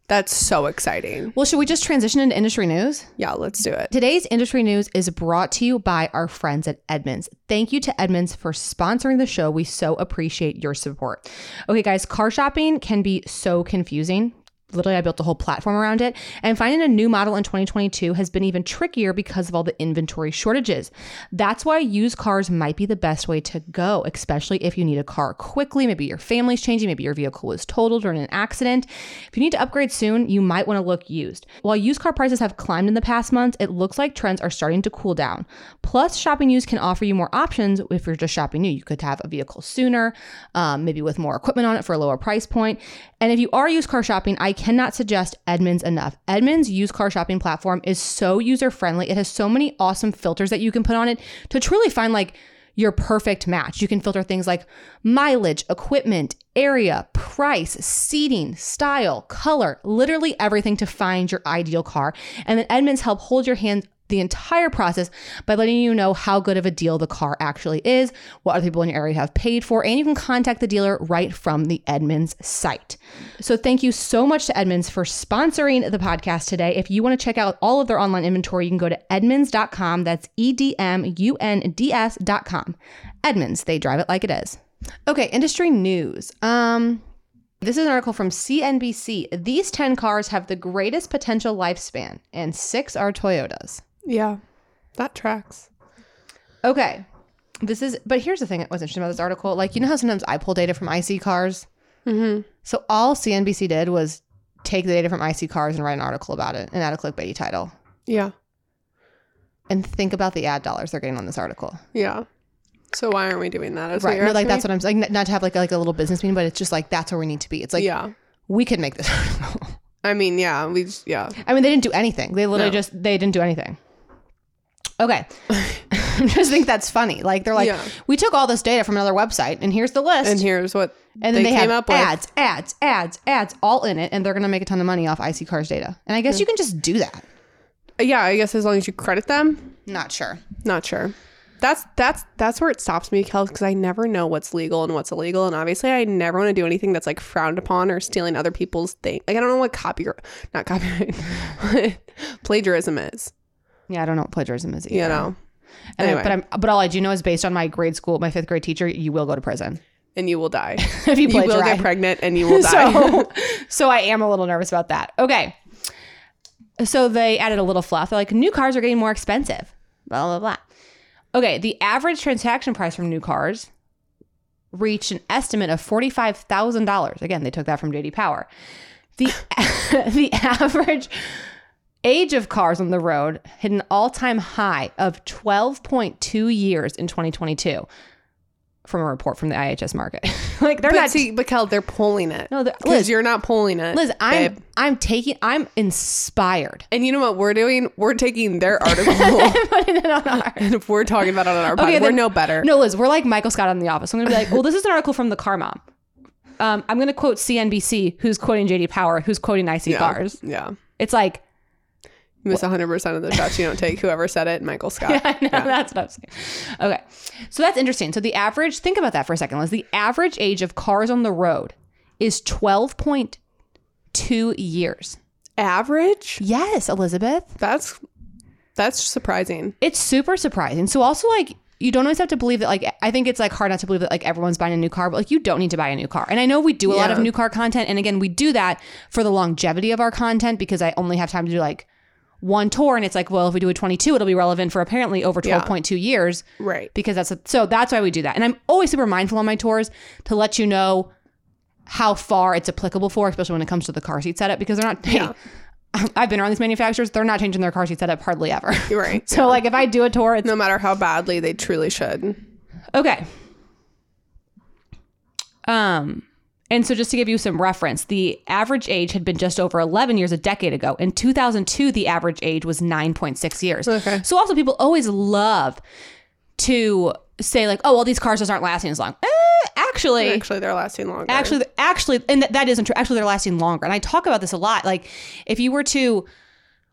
S3: That's so exciting.
S2: Well, should we just transition into industry news?
S3: Yeah, let's do it.
S2: Today's industry news is brought to you by our friends at Edmunds. Thank you to Edmunds for sponsoring the show. We so appreciate your support. Okay, guys, car shopping can be so confusing. Literally, I built a whole platform around it. And finding a new model in 2022 has been even trickier because of all the inventory shortages. That's why used cars might be the best way to go, especially if you need a car quickly. Maybe your family's changing, maybe your vehicle was totaled or in an accident. If you need to upgrade soon, you might want to look used. While used car prices have climbed in the past months, it looks like trends are starting to cool down. Plus, shopping used can offer you more options if you're just shopping new. You could have a vehicle sooner, um, maybe with more equipment on it for a lower price point. And if you are used car shopping, I cannot suggest Edmunds enough. Edmunds used car shopping platform is so user friendly. It has so many awesome filters that you can put on it to truly find like your perfect match. You can filter things like mileage, equipment, area, price, seating, style, color, literally everything to find your ideal car. And then Edmunds help hold your hand the entire process by letting you know how good of a deal the car actually is, what other people in your area have paid for, and you can contact the dealer right from the Edmunds site. So thank you so much to Edmunds for sponsoring the podcast today. If you want to check out all of their online inventory, you can go to edmunds.com. That's E D M U N D S.com. Edmunds, they drive it like it is. Okay, industry news. Um this is an article from CNBC. These 10 cars have the greatest potential lifespan, and six are Toyotas.
S3: Yeah, that tracks.
S2: Okay. This is, but here's the thing that was interesting about this article. Like, you know how sometimes I pull data from IC cars? Mm-hmm. So all CNBC did was take the data from IC cars and write an article about it and add a clickbaity title
S3: Yeah,
S2: and think about the ad dollars they're getting on this article.
S3: yeah. So why aren't we doing that? Is what
S2: Right.
S3: you're
S2: No, like, that's
S3: asking
S2: what I'm saying. Like, not to have like a, like a little business meeting, but it's just like, that's where we need to be. It's like,
S3: me? yeah.
S2: we could make this article.
S3: I mean, yeah, we just, yeah.
S2: I mean, they didn't do anything. They literally
S3: No.
S2: just they didn't do anything. Okay, I just think that's funny. Like they're like,
S3: Yeah.
S2: we took all this data from another website, and here's the list,
S3: And here's what
S2: And then they,
S3: came
S2: have
S3: up with.
S2: ads, ads, ads, ads, all in it, and they're gonna make a ton of money off IC cars data. And I guess you can just do that.
S3: Yeah, I guess as long as you credit them.
S2: Not sure.
S3: Not sure. That's that's that's where it stops me, Kel, because I never know what's legal and what's illegal, and obviously I never want to do anything that's like frowned upon or stealing other people's thing. Like I don't know what copyright, not copyright, what plagiarism is.
S2: Yeah, I don't know what plagiarism is. Either.
S3: You know,
S2: And I-
S3: anyway.
S2: but I'm, but all I do know is based on my grade school, my fifth grade teacher, you will go to prison
S3: and you will die.
S2: if you
S3: you
S2: plagiarize.
S3: will get pregnant, and you will die.
S2: so, so I am a little nervous about that. Okay. So they added a little fluff. They're like, new cars are getting more expensive. Blah, blah, blah. Okay. The average transaction price from new cars reached an estimate of $45,000. Again, they took that from JD Power. The, the average age of cars on the road hit an all time high of 12.2 years in 2022 from a report from the IHS market. like, they're
S3: but
S2: not.
S3: see, but Kel, they're pulling it.
S2: No, they're-
S3: because
S2: Liz-
S3: you're not pulling it,
S2: Liz, I'm
S3: babe.
S2: I'm taking I'm inspired.
S3: And you know what we're doing? We're taking their article,
S2: Putting it on our
S3: and if we're talking about it on our podcast, we're
S2: then-
S3: no better.
S2: No, Liz, we're like Michael Scott on The Office. I'm gonna be like, well, this is an article from the Car Mom. Um, I'm gonna quote CNBC, who's quoting JD Power, who's quoting IC
S3: Yeah.
S2: Cars.
S3: Yeah.
S2: It's like
S3: You miss 100% of the shots you don't take. Whoever said it, Michael Scott.
S2: I know that's what I'm saying. Okay, so that's interesting. So the average, think about that for a second, Liz. The average age of cars on the road is 12.2 years.
S3: Average?
S2: Yes, Elizabeth.
S3: That's that's surprising.
S2: it's super surprising. So also like you don't always have to believe that like I think it's like hard not to believe that like everyone's buying a new car, but like you don't need to buy a new car. And I know we do a lot of
S3: Yeah.
S2: new car content and again we do that for the longevity of our content because I only have time to do like one tour and it's like well if we do a 22 it'll be relevant for apparently over 12.2 years
S3: Right.
S2: because that's a, so that's why we do that. And I'm always super mindful on my tours to let you know how far it's applicable for, especially when it comes to the car seat setup because they're not hey, I've been around these manufacturers. They're not changing their car seat setup hardly ever.
S3: You're right.
S2: So like if I do a tour, it's
S3: No matter how badly they truly should.
S2: Okay. Um, and so just to give you some reference, the average age had been just over 11 years a decade ago. In 2002, the average age was 9.6 years.
S3: Okay.
S2: So also people always love to say like, oh, well, these cars just aren't lasting as long. Eh, actually,
S3: Actually, they're lasting longer.
S2: actually, actually, and th- that isn't true. Actually, they're lasting longer. And I talk about this a lot. Like if you were to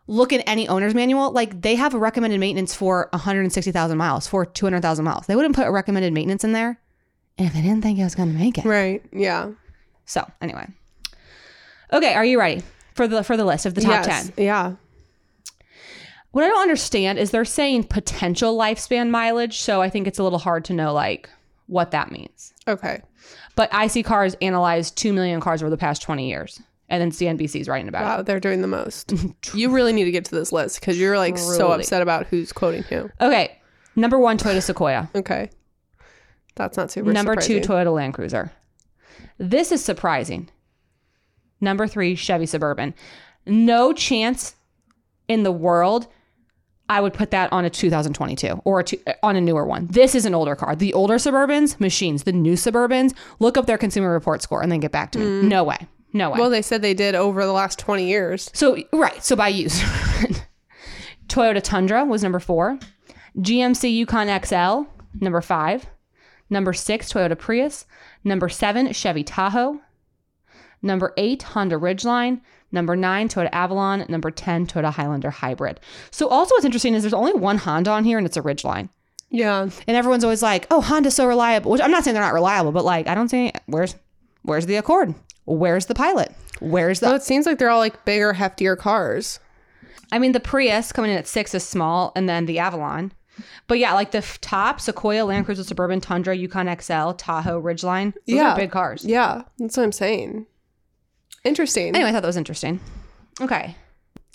S2: look at any owner's manual, like they have a recommended maintenance for 160,000 miles, for 200,000 miles. They wouldn't put a recommended maintenance in there if they didn't think it was going to make it.
S3: right. Yeah.
S2: So anyway, okay, are you ready for the for the list of the top
S3: Yes.
S2: ten?
S3: Yeah.
S2: What I don't understand is they're saying potential lifespan mileage, so I think it's a little hard to know like what that means.
S3: Okay.
S2: But I see cars analyzed two million cars over the past twenty years, and then CNBC's writing about
S3: Wow, they're doing the most. you really need to get to this list because you're like so
S2: Truly.
S3: upset about who's quoting who.
S2: it. Okay, number one Toyota Sequoia,
S3: Okay. That's not super
S2: number two
S3: surprising.
S2: Toyota Land Cruiser. This is surprising. Number three Chevy Suburban. No chance in the world I would put that on a 2022 or a two, on a newer one. This is an older car. The older Suburbans, machines. The new Suburbans, look up their consumer report score and then get back to me. No way. No way.
S3: Mm. Well, they said they did over the last 20 years.
S2: so, right. So, by use, Toyota Tundra was number four, GMC Yukon XL, number five, number six, Toyota Prius, number seven, Chevy Tahoe, number eight, Honda Ridgeline, number nine, Toyota Avalon, number 10, Toyota Highlander Hybrid. So, also, what's interesting is there's only one Honda on here and it's a Ridgeline.
S3: Yeah.
S2: And everyone's always like, "Oh, Honda's so reliable." Which I'm not saying they're not reliable, but like, I don't see any, where's where's the Accord? Where's the Pilot? Where's the?
S3: Well, it seems like they're all like bigger, heftier cars.
S2: I mean, the Prius coming in at six is small, and then the Avalon. But yeah, like the f- top Sequoia, Land Cruiser, Suburban, Tundra, Yukon XL, Tahoe, Ridgeline. Those
S3: Yeah.
S2: are big cars.
S3: Yeah. That's what I'm saying. Interesting.
S2: Anyway, I thought that was interesting. Okay.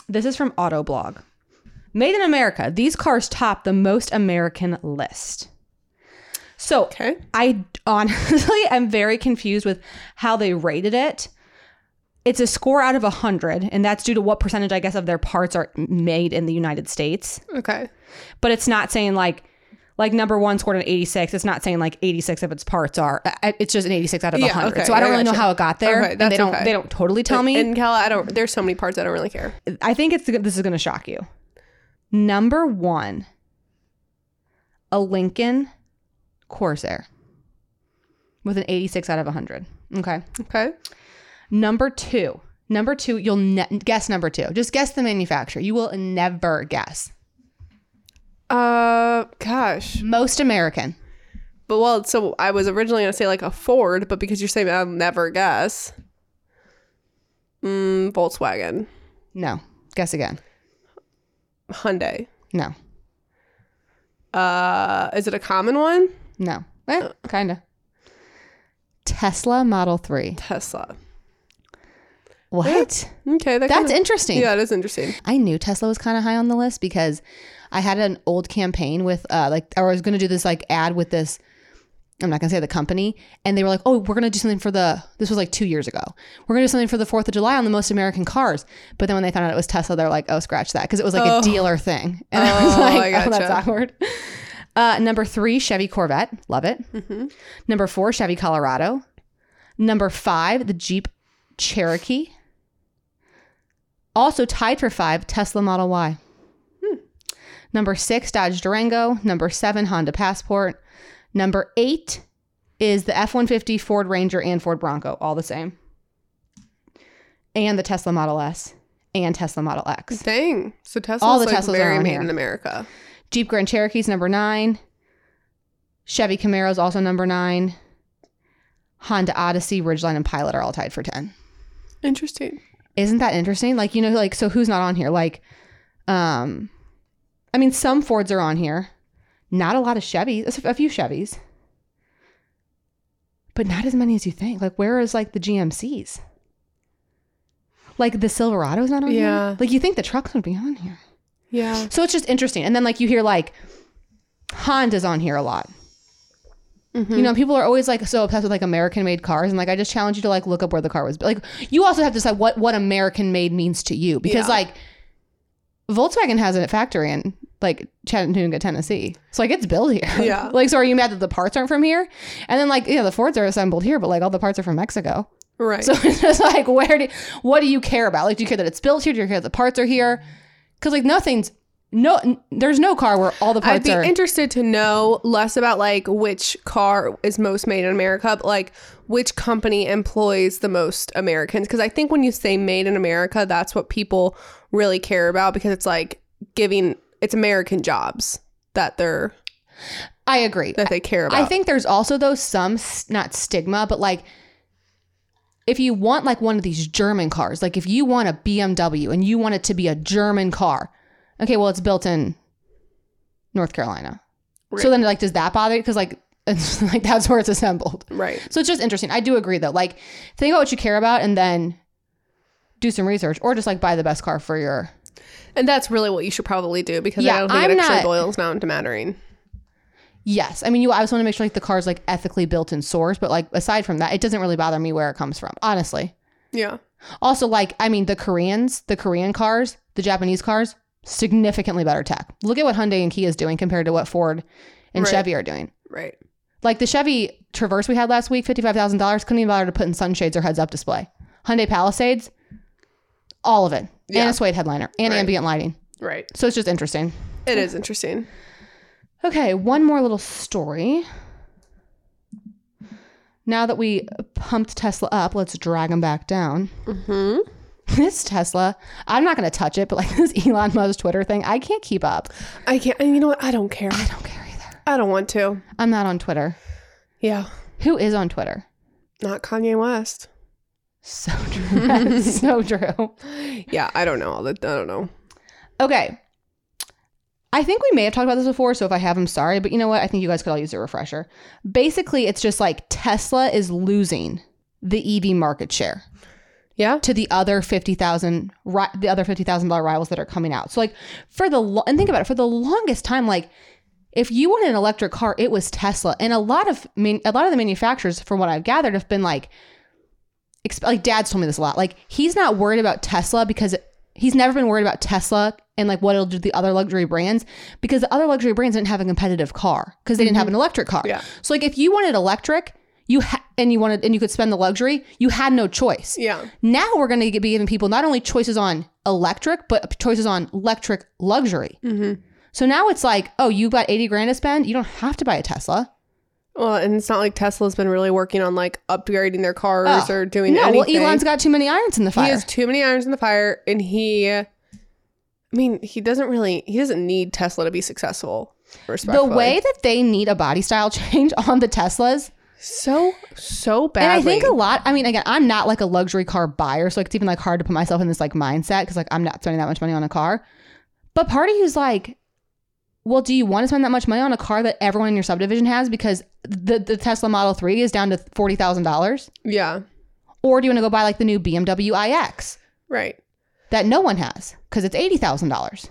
S2: This is from Autoblog. Made in America. These cars top the most American list. So
S3: Okay.
S2: I honestly am very confused with how they rated it. It's a score out of 100, and that's due to what percentage, I guess, of their parts are made in the United States.
S3: Okay.
S2: But it's not saying like, like number one scored an 86. It's not saying like 86 of its parts are. I- I- It's just an 86 out of a
S3: Yeah,
S2: 100.
S3: okay,
S2: so I don't
S3: I
S2: really know
S3: gotcha.
S2: how it got there.
S3: Okay,
S2: and
S3: that's
S2: they don't.
S3: okay.
S2: They don't totally tell me.
S3: In Cal, I don't, there's so many parts I don't really care.
S2: I think it's this is going to shock you. Number one, a Lincoln Corsair with an 86 out of 100. Okay.
S3: Okay.
S2: Number two, number two, you'll ne- guess number two. Just guess the manufacturer. You will never guess.
S3: Uh, gosh.
S2: Most American.
S3: But well, so I was originally gonna say like a Ford, but because you're saying I'll never guess. Mm, Volkswagen,
S2: No. Guess again.
S3: Hyundai.
S2: No.
S3: Uh, is it a common one?
S2: No. Eh, kind of. Tesla Model 3.
S3: Tesla.
S2: What?
S3: Okay, that
S2: That's
S3: kinda-
S2: interesting.
S3: Yeah, it is interesting.
S2: I knew Tesla was kind of high on the list because I had an old campaign with uh like or I was going to do this like ad with this I'm not going to say the company and they were like, "Oh, we're going to do something for the this was like 2 years ago. We're going to do something for the 4th of July on the most American cars." But then when they found out it was Tesla, they're like, "Oh, scratch that" because it was like a dealer thing. And I was
S3: Oh,
S2: like,
S3: I
S2: "Oh, that's
S3: gotcha.
S2: awkward." Uh, number 3, Chevy Corvette. Love it. Number 4, Chevy Colorado. Number 5, the Jeep Cherokee. Also tied for five, Tesla Model Y. Hmm. Number six, Dodge Durango. Number seven, Honda Passport. Number eight is the F 150, Ford Ranger, and Ford Bronco, all the same. And the Tesla Model S and Tesla Model X.
S3: Dang. So Tesla's
S2: All the
S3: like
S2: Teslas are
S3: very
S2: on
S3: made
S2: here.
S3: in America.
S2: Jeep Grand Cherokee's number nine. Chevy Camaro's also number nine. Honda Odyssey, Ridgeline, and Pilot are all tied for 10.
S3: Interesting.
S2: Isn't that interesting? Like, you know, like, so who's not on here? Like, um, I mean, some Fords are on here. Not a lot of Chevys, a few Chevys, but not as many as you think. Like, where is like the GMCs? Like the Silverado's not on here.
S3: Yeah.
S2: Like you think the trucks would be on here.
S3: Yeah.
S2: So it's just interesting. And then like you hear like Honda's on here a lot.
S3: Mm-hmm.
S2: You know, people are always like so obsessed with like American made cars, and like I just challenge you to like look up where the car was. But like, you also have to decide what what American made means to you because like Volkswagen has a factory in like Chattanooga, Tennessee. So like it's built here.
S3: Yeah.
S2: like, so are you mad that the parts aren't from here? And then like yeah, the Fords are assembled here, but like all the parts are from Mexico.
S3: Right.
S2: So it's just like, where do what do you care about? Like, do you care that it's built here? Do you care that the parts are here? Because like nothing's no, n- there's no car where all the
S3: I'd
S2: parts
S3: be
S2: are.
S3: interested to know less about like which car is most made in America, but like which company employs the most Americans. Because I think when you say made in America, that's what people really care about because it's like giving it's American jobs that they're
S2: I agree.
S3: that they care about.
S2: I think there's also though some s- not stigma, but like if you want like one of these German cars, like if you want a BMW and you want it to be a German car, okay, well it's built in North Carolina. So then like does that bother you? Because like it's like that's where it's assembled.
S3: right.
S2: So it's just interesting. I do agree though. Like think about what you care about and then do some research or just like buy the best car for your
S3: And that's really what you should probably do because
S2: Yeah,
S3: I don't think
S2: I'm
S3: it actually
S2: not-
S3: boils down to mattering.
S2: Yes. I mean, you always want to make sure like the car's like ethically built and sourced, but like aside from that, it doesn't really bother me where it comes from, honestly.
S3: Yeah.
S2: Also, like, I mean, the Koreans, the Korean cars, the Japanese cars, significantly better tech. Look at what Hyundai and Kia is doing compared to what Ford and
S3: Right.
S2: Chevy are doing.
S3: Right.
S2: Like the Chevy Traverse we had last week, $55,000, couldn't even bother to put in sunshades or heads up display. Hyundai Palisades, all of it. And
S3: Yeah.
S2: a suede headliner and
S3: Right.
S2: ambient lighting.
S3: Right.
S2: So it's just interesting.
S3: It is interesting.
S2: Okay, one more little story. Now that we pumped Tesla up, let's drag him back down. Mm-hmm. This Tesla, I'm not going to touch it, but like this Elon Musk Twitter thing, I can't keep up.
S3: I can't and you know what? I don't care.
S2: I don't care either.
S3: I don't want to.
S2: I'm not on Twitter.
S3: Yeah.
S2: Who is on Twitter?
S3: Not Kanye West.
S2: So true. That's so true.
S3: Yeah, I don't know all that. I don't know.
S2: Okay. I think we may have talked about this before, so if I have, I'm sorry. But you know what? I think you guys could all use a refresher. Basically, it's just like Tesla is losing the EV market share.
S3: Yeah.
S2: to the other 50,000 ri- the other $50,000 rivals that are coming out. So like for the lo- and think about it for the longest time like if you wanted an electric car it was Tesla and a lot of I mean a lot of the manufacturers from what I've gathered have been like exp- like dad's told me this a lot. Like he's not worried about Tesla because he's never been worried about Tesla and like what it'll do to the other luxury brands because the other luxury brands didn't have a competitive car because they didn't have an electric car.
S3: Mm-hmm. Yeah.
S2: So like if you wanted electric, you ha- and you wanted and you could spend the luxury, you had no choice.
S3: Yeah.
S2: Now we're going to be giving people not only choices on electric, but choices on electric luxury.
S3: Mm-hmm.
S2: So now it's like, oh, you got 80 grand to spend. You don't have to buy a Tesla.
S3: Well, and it's not like Tesla's been really working on like upgrading their cars
S2: Oh.
S3: or doing
S2: no,
S3: anything.
S2: well, Elon's got too many irons in the fire.
S3: he has too many irons in the fire, and he, I mean, he doesn't really he doesn't need Tesla to be successful.
S2: the
S3: Respectfully.
S2: way that they need a body style change on the Teslas.
S3: so so
S2: And I
S3: badly.
S2: think a lot, I mean, again, I'm not like a luxury car buyer, so like, it's even like hard to put myself in this like mindset because like I'm not spending that much money on a car. But part of you's like, well, do you want to spend that much money on a car that everyone in your subdivision has because the, the Tesla Model 3 is down to $40,000?
S3: yeah,
S2: Or do you want to go buy like the new BMW iX
S3: right,
S2: that no one has because it's $80,000?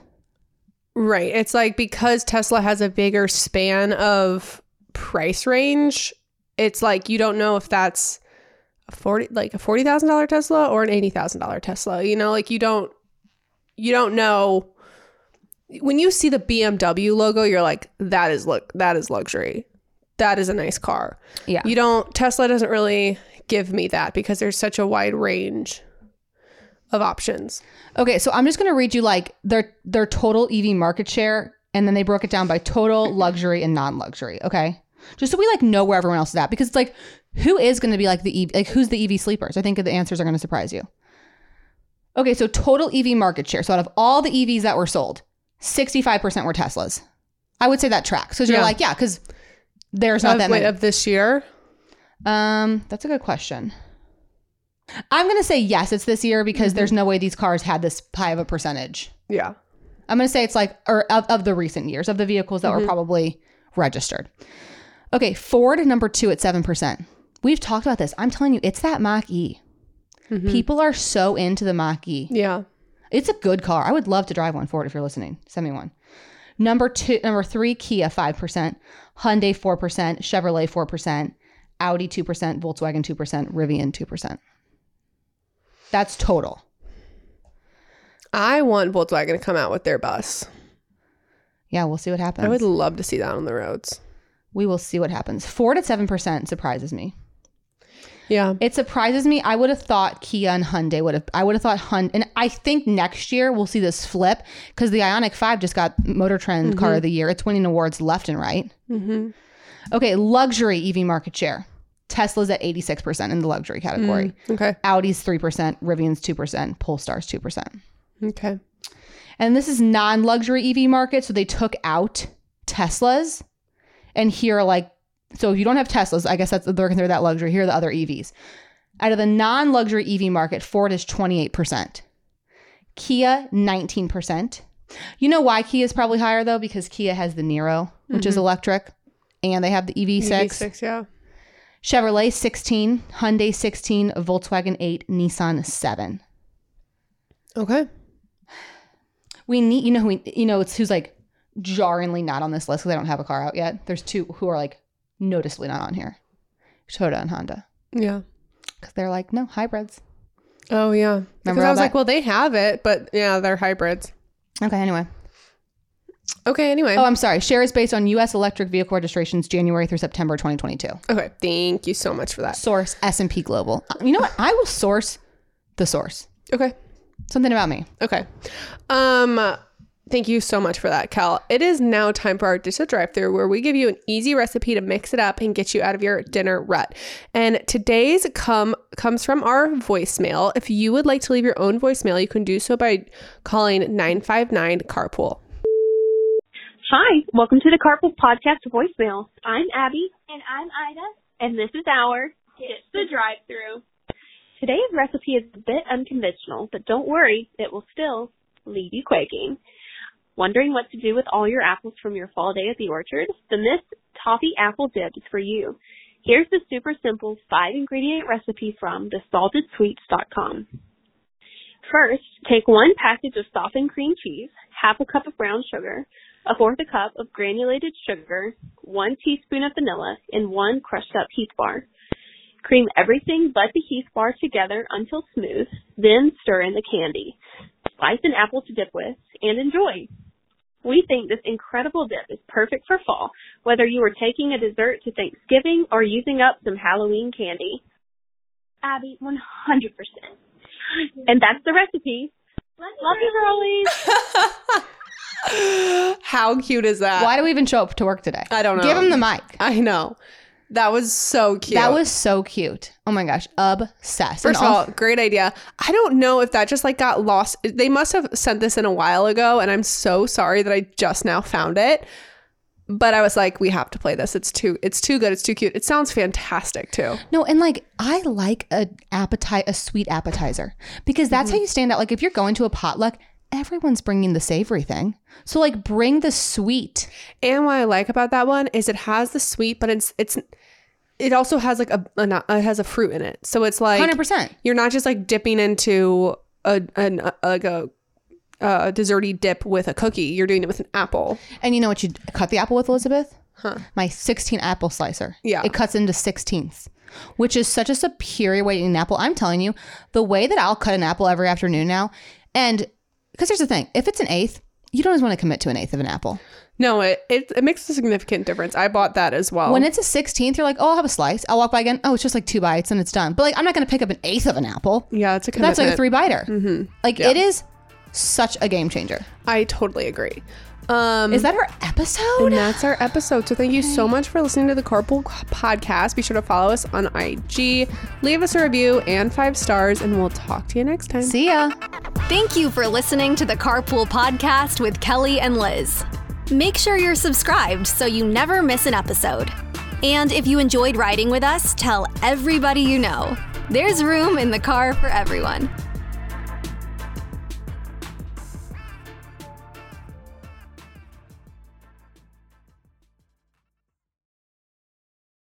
S3: right. It's like because Tesla has a bigger span of price range, it's like you don't know if that's a forty like a forty thousand dollar Tesla or an eighty thousand dollar Tesla. You know, like you don't you don't know when you see the BMW logo, you're like, that is look that is luxury. That is a nice car.
S2: Yeah.
S3: You don't Tesla doesn't really give me that because there's such a wide range of options.
S2: Okay, so I'm just going to read you like their their total EV market share and then they broke it down by total luxury and non-luxury, okay? Just so we like know where everyone else is at because it's like who is going to be like the EV like who's the EV sleepers? I think the answers are going to surprise you. Okay, so total EV market share. So out of all the EVs that were sold, 65% were Teslas. I would say that tracks cuz you're
S3: Yeah.
S2: like, yeah, cuz there's not
S3: of,
S2: that
S3: wait,
S2: many.
S3: of this year.
S2: Um, that's a good question. I'm going to say yes, it's this year
S3: Mm-hmm.
S2: because there's no way these cars had this high of a percentage.
S3: Yeah.
S2: I'm going to say it's like, or of, of the recent years, of the vehicles
S3: Mm-hmm.
S2: that were probably registered. Okay, Ford number two at 7%. We've talked about this. I'm telling you, it's that Mach E.
S3: Mm-hmm.
S2: People are so into the Mach E.
S3: Yeah.
S2: It's a good car. I would love to drive one Ford if you're listening. Send me one. Number two, number three, Kia, 5%. Hyundai 4%, Chevrolet 4%, Audi 2%, Volkswagen 2%, Rivian 2%. That's total.
S3: I want Volkswagen to come out with their bus.
S2: Yeah, we'll see what happens.
S3: I would love to see that on the roads.
S2: we will see what happens. 4 to 7% surprises me.
S3: Yeah.
S2: It surprises me. I would have thought Kia and Hyundai would have. I would have thought Hyundai, and I think next year we'll see this flip because the Ionic Five just got Motor Trend Car of the Year. It's winning awards left and right. Okay, luxury EV market share. Tesla's at eighty six percent in the luxury category.
S3: Okay.
S2: Audi's three percent. Rivian's two percent. Polestar's two percent.
S3: Okay.
S2: And this is non luxury EV market, so they took out Teslas, and here are like so if you don't have Teslas, I guess that's they're considered that luxury. Here are the other EVs. Out of the non-luxury EV market, Ford is 28%. Kia 19%. You know why Kia is probably higher though because Kia has the Niro, which is electric, and they have the EV6.
S3: E Six, yeah.
S2: Chevrolet 16, Hyundai 16, Volkswagen 8, Nissan 7.
S3: Okay.
S2: We need you know who we, you know it's who's like jarringly not on this list because I don't have a car out yet. There's two who are like noticeably not on here. Toyota and Honda.
S3: Yeah.
S2: because they're like, no, hybrids.
S3: Oh yeah. because
S2: all
S3: I was like,
S2: that-
S3: well, they have it, but yeah, they're hybrids.
S2: Okay, anyway.
S3: Okay. Anyway.
S2: Oh, I'm sorry. Share is based on U.S. electric vehicle registrations January through September 2022.
S3: okay. Thank you so much for that.
S2: Source S&P Global. Uh, You know what? I will source the source.
S3: Okay.
S2: Something about me.
S3: Okay. Um thank you so much for that, Cal. It is now time for our dish drive through where we give you an easy recipe to mix it up and get you out of your dinner rut. And today's come comes from our voicemail. If you would like to leave your own voicemail, you can do so by calling 959 carpool.
S4: Hi, welcome to the Carpool Podcast voicemail. I'm Abby. And I'm Ida. And this is our It's the Drive Through. Today's recipe is a bit unconventional, but don't worry, it will still leave you quaking. Wondering what to do with all your apples from your fall day at the orchard? Then this toffee apple dip is for you. Here's the super simple five ingredient recipe from thesaltedsweets.com. First, take one package of softened cream cheese, half a cup of brown sugar, a fourth a cup of granulated sugar, one teaspoon of vanilla, and one crushed up Heath bar. Cream everything but the Heath bar together until smooth, then stir in the candy. Slice an apple to dip with and enjoy. We think this incredible dip is perfect for fall, whether you are taking a dessert to Thanksgiving or using up some Halloween candy. Abby, 100%. And that's the recipe. Love you, girlies.
S3: How cute is that?
S2: Why do we even show up to work today?
S3: Uh, I don't know.
S2: Give him the mic.
S3: I know. That was so cute.
S2: That was so cute. Oh my gosh, obsessed.
S3: First
S2: And
S3: of all,
S2: also-
S3: great idea. I don't know if that just like got lost. They must have sent this in a while ago, and I'm so sorry that I just now found it. But I was like, we have to play this. It's too, it's too good. It's too cute. It sounds fantastic too.
S2: no, and like I like a appetite, a sweet appetizer because that's how you stand out. Like if you're going to a potluck, everyone's bringing the savory thing, so like bring the sweet.
S3: And what I like about that one is it has the sweet, but it's it's it also has like a, a not- it has a fruit in it. So it's like
S2: Hundred percent.
S3: You're not just like dipping into a an a, like a a desserty dip with a cookie. You're doing it with an apple.
S2: And you know what you cut the apple with, Elizabeth? My 16 apple slicer.
S3: Yeah.
S2: It cuts into 16ths, which is such a superior way to eat an apple. I'm telling you, the way that I'll cut an apple every afternoon now, and because here's the thing if it's an eighth, you don't always want to commit to an eighth of an apple.
S3: No, it, it it makes a significant difference. I bought that as well.
S2: When it's a 16th, you're like, oh, I'll have a slice. I'll walk by again. Oh, it's just like two bites and it's done. But like, I'm not going to pick up an eighth of an apple.
S3: yeah, it's a Mm-hmm. commitment.
S2: That's like a three biter. Like, it is such a game changer.
S3: I totally agree. Um,
S2: Is that our episode?
S3: and that's our episode. So thank you so much for listening to the Carpool Podcast. Be sure to follow us on IG, leave us a review and five stars, and we'll talk to you next time.
S2: See ya.
S1: Thank you for listening to the Carpool Podcast with Kelly and Liz. Make sure you're subscribed so you never miss an episode. And if you enjoyed riding with us, tell everybody you know. There's room in the car for everyone.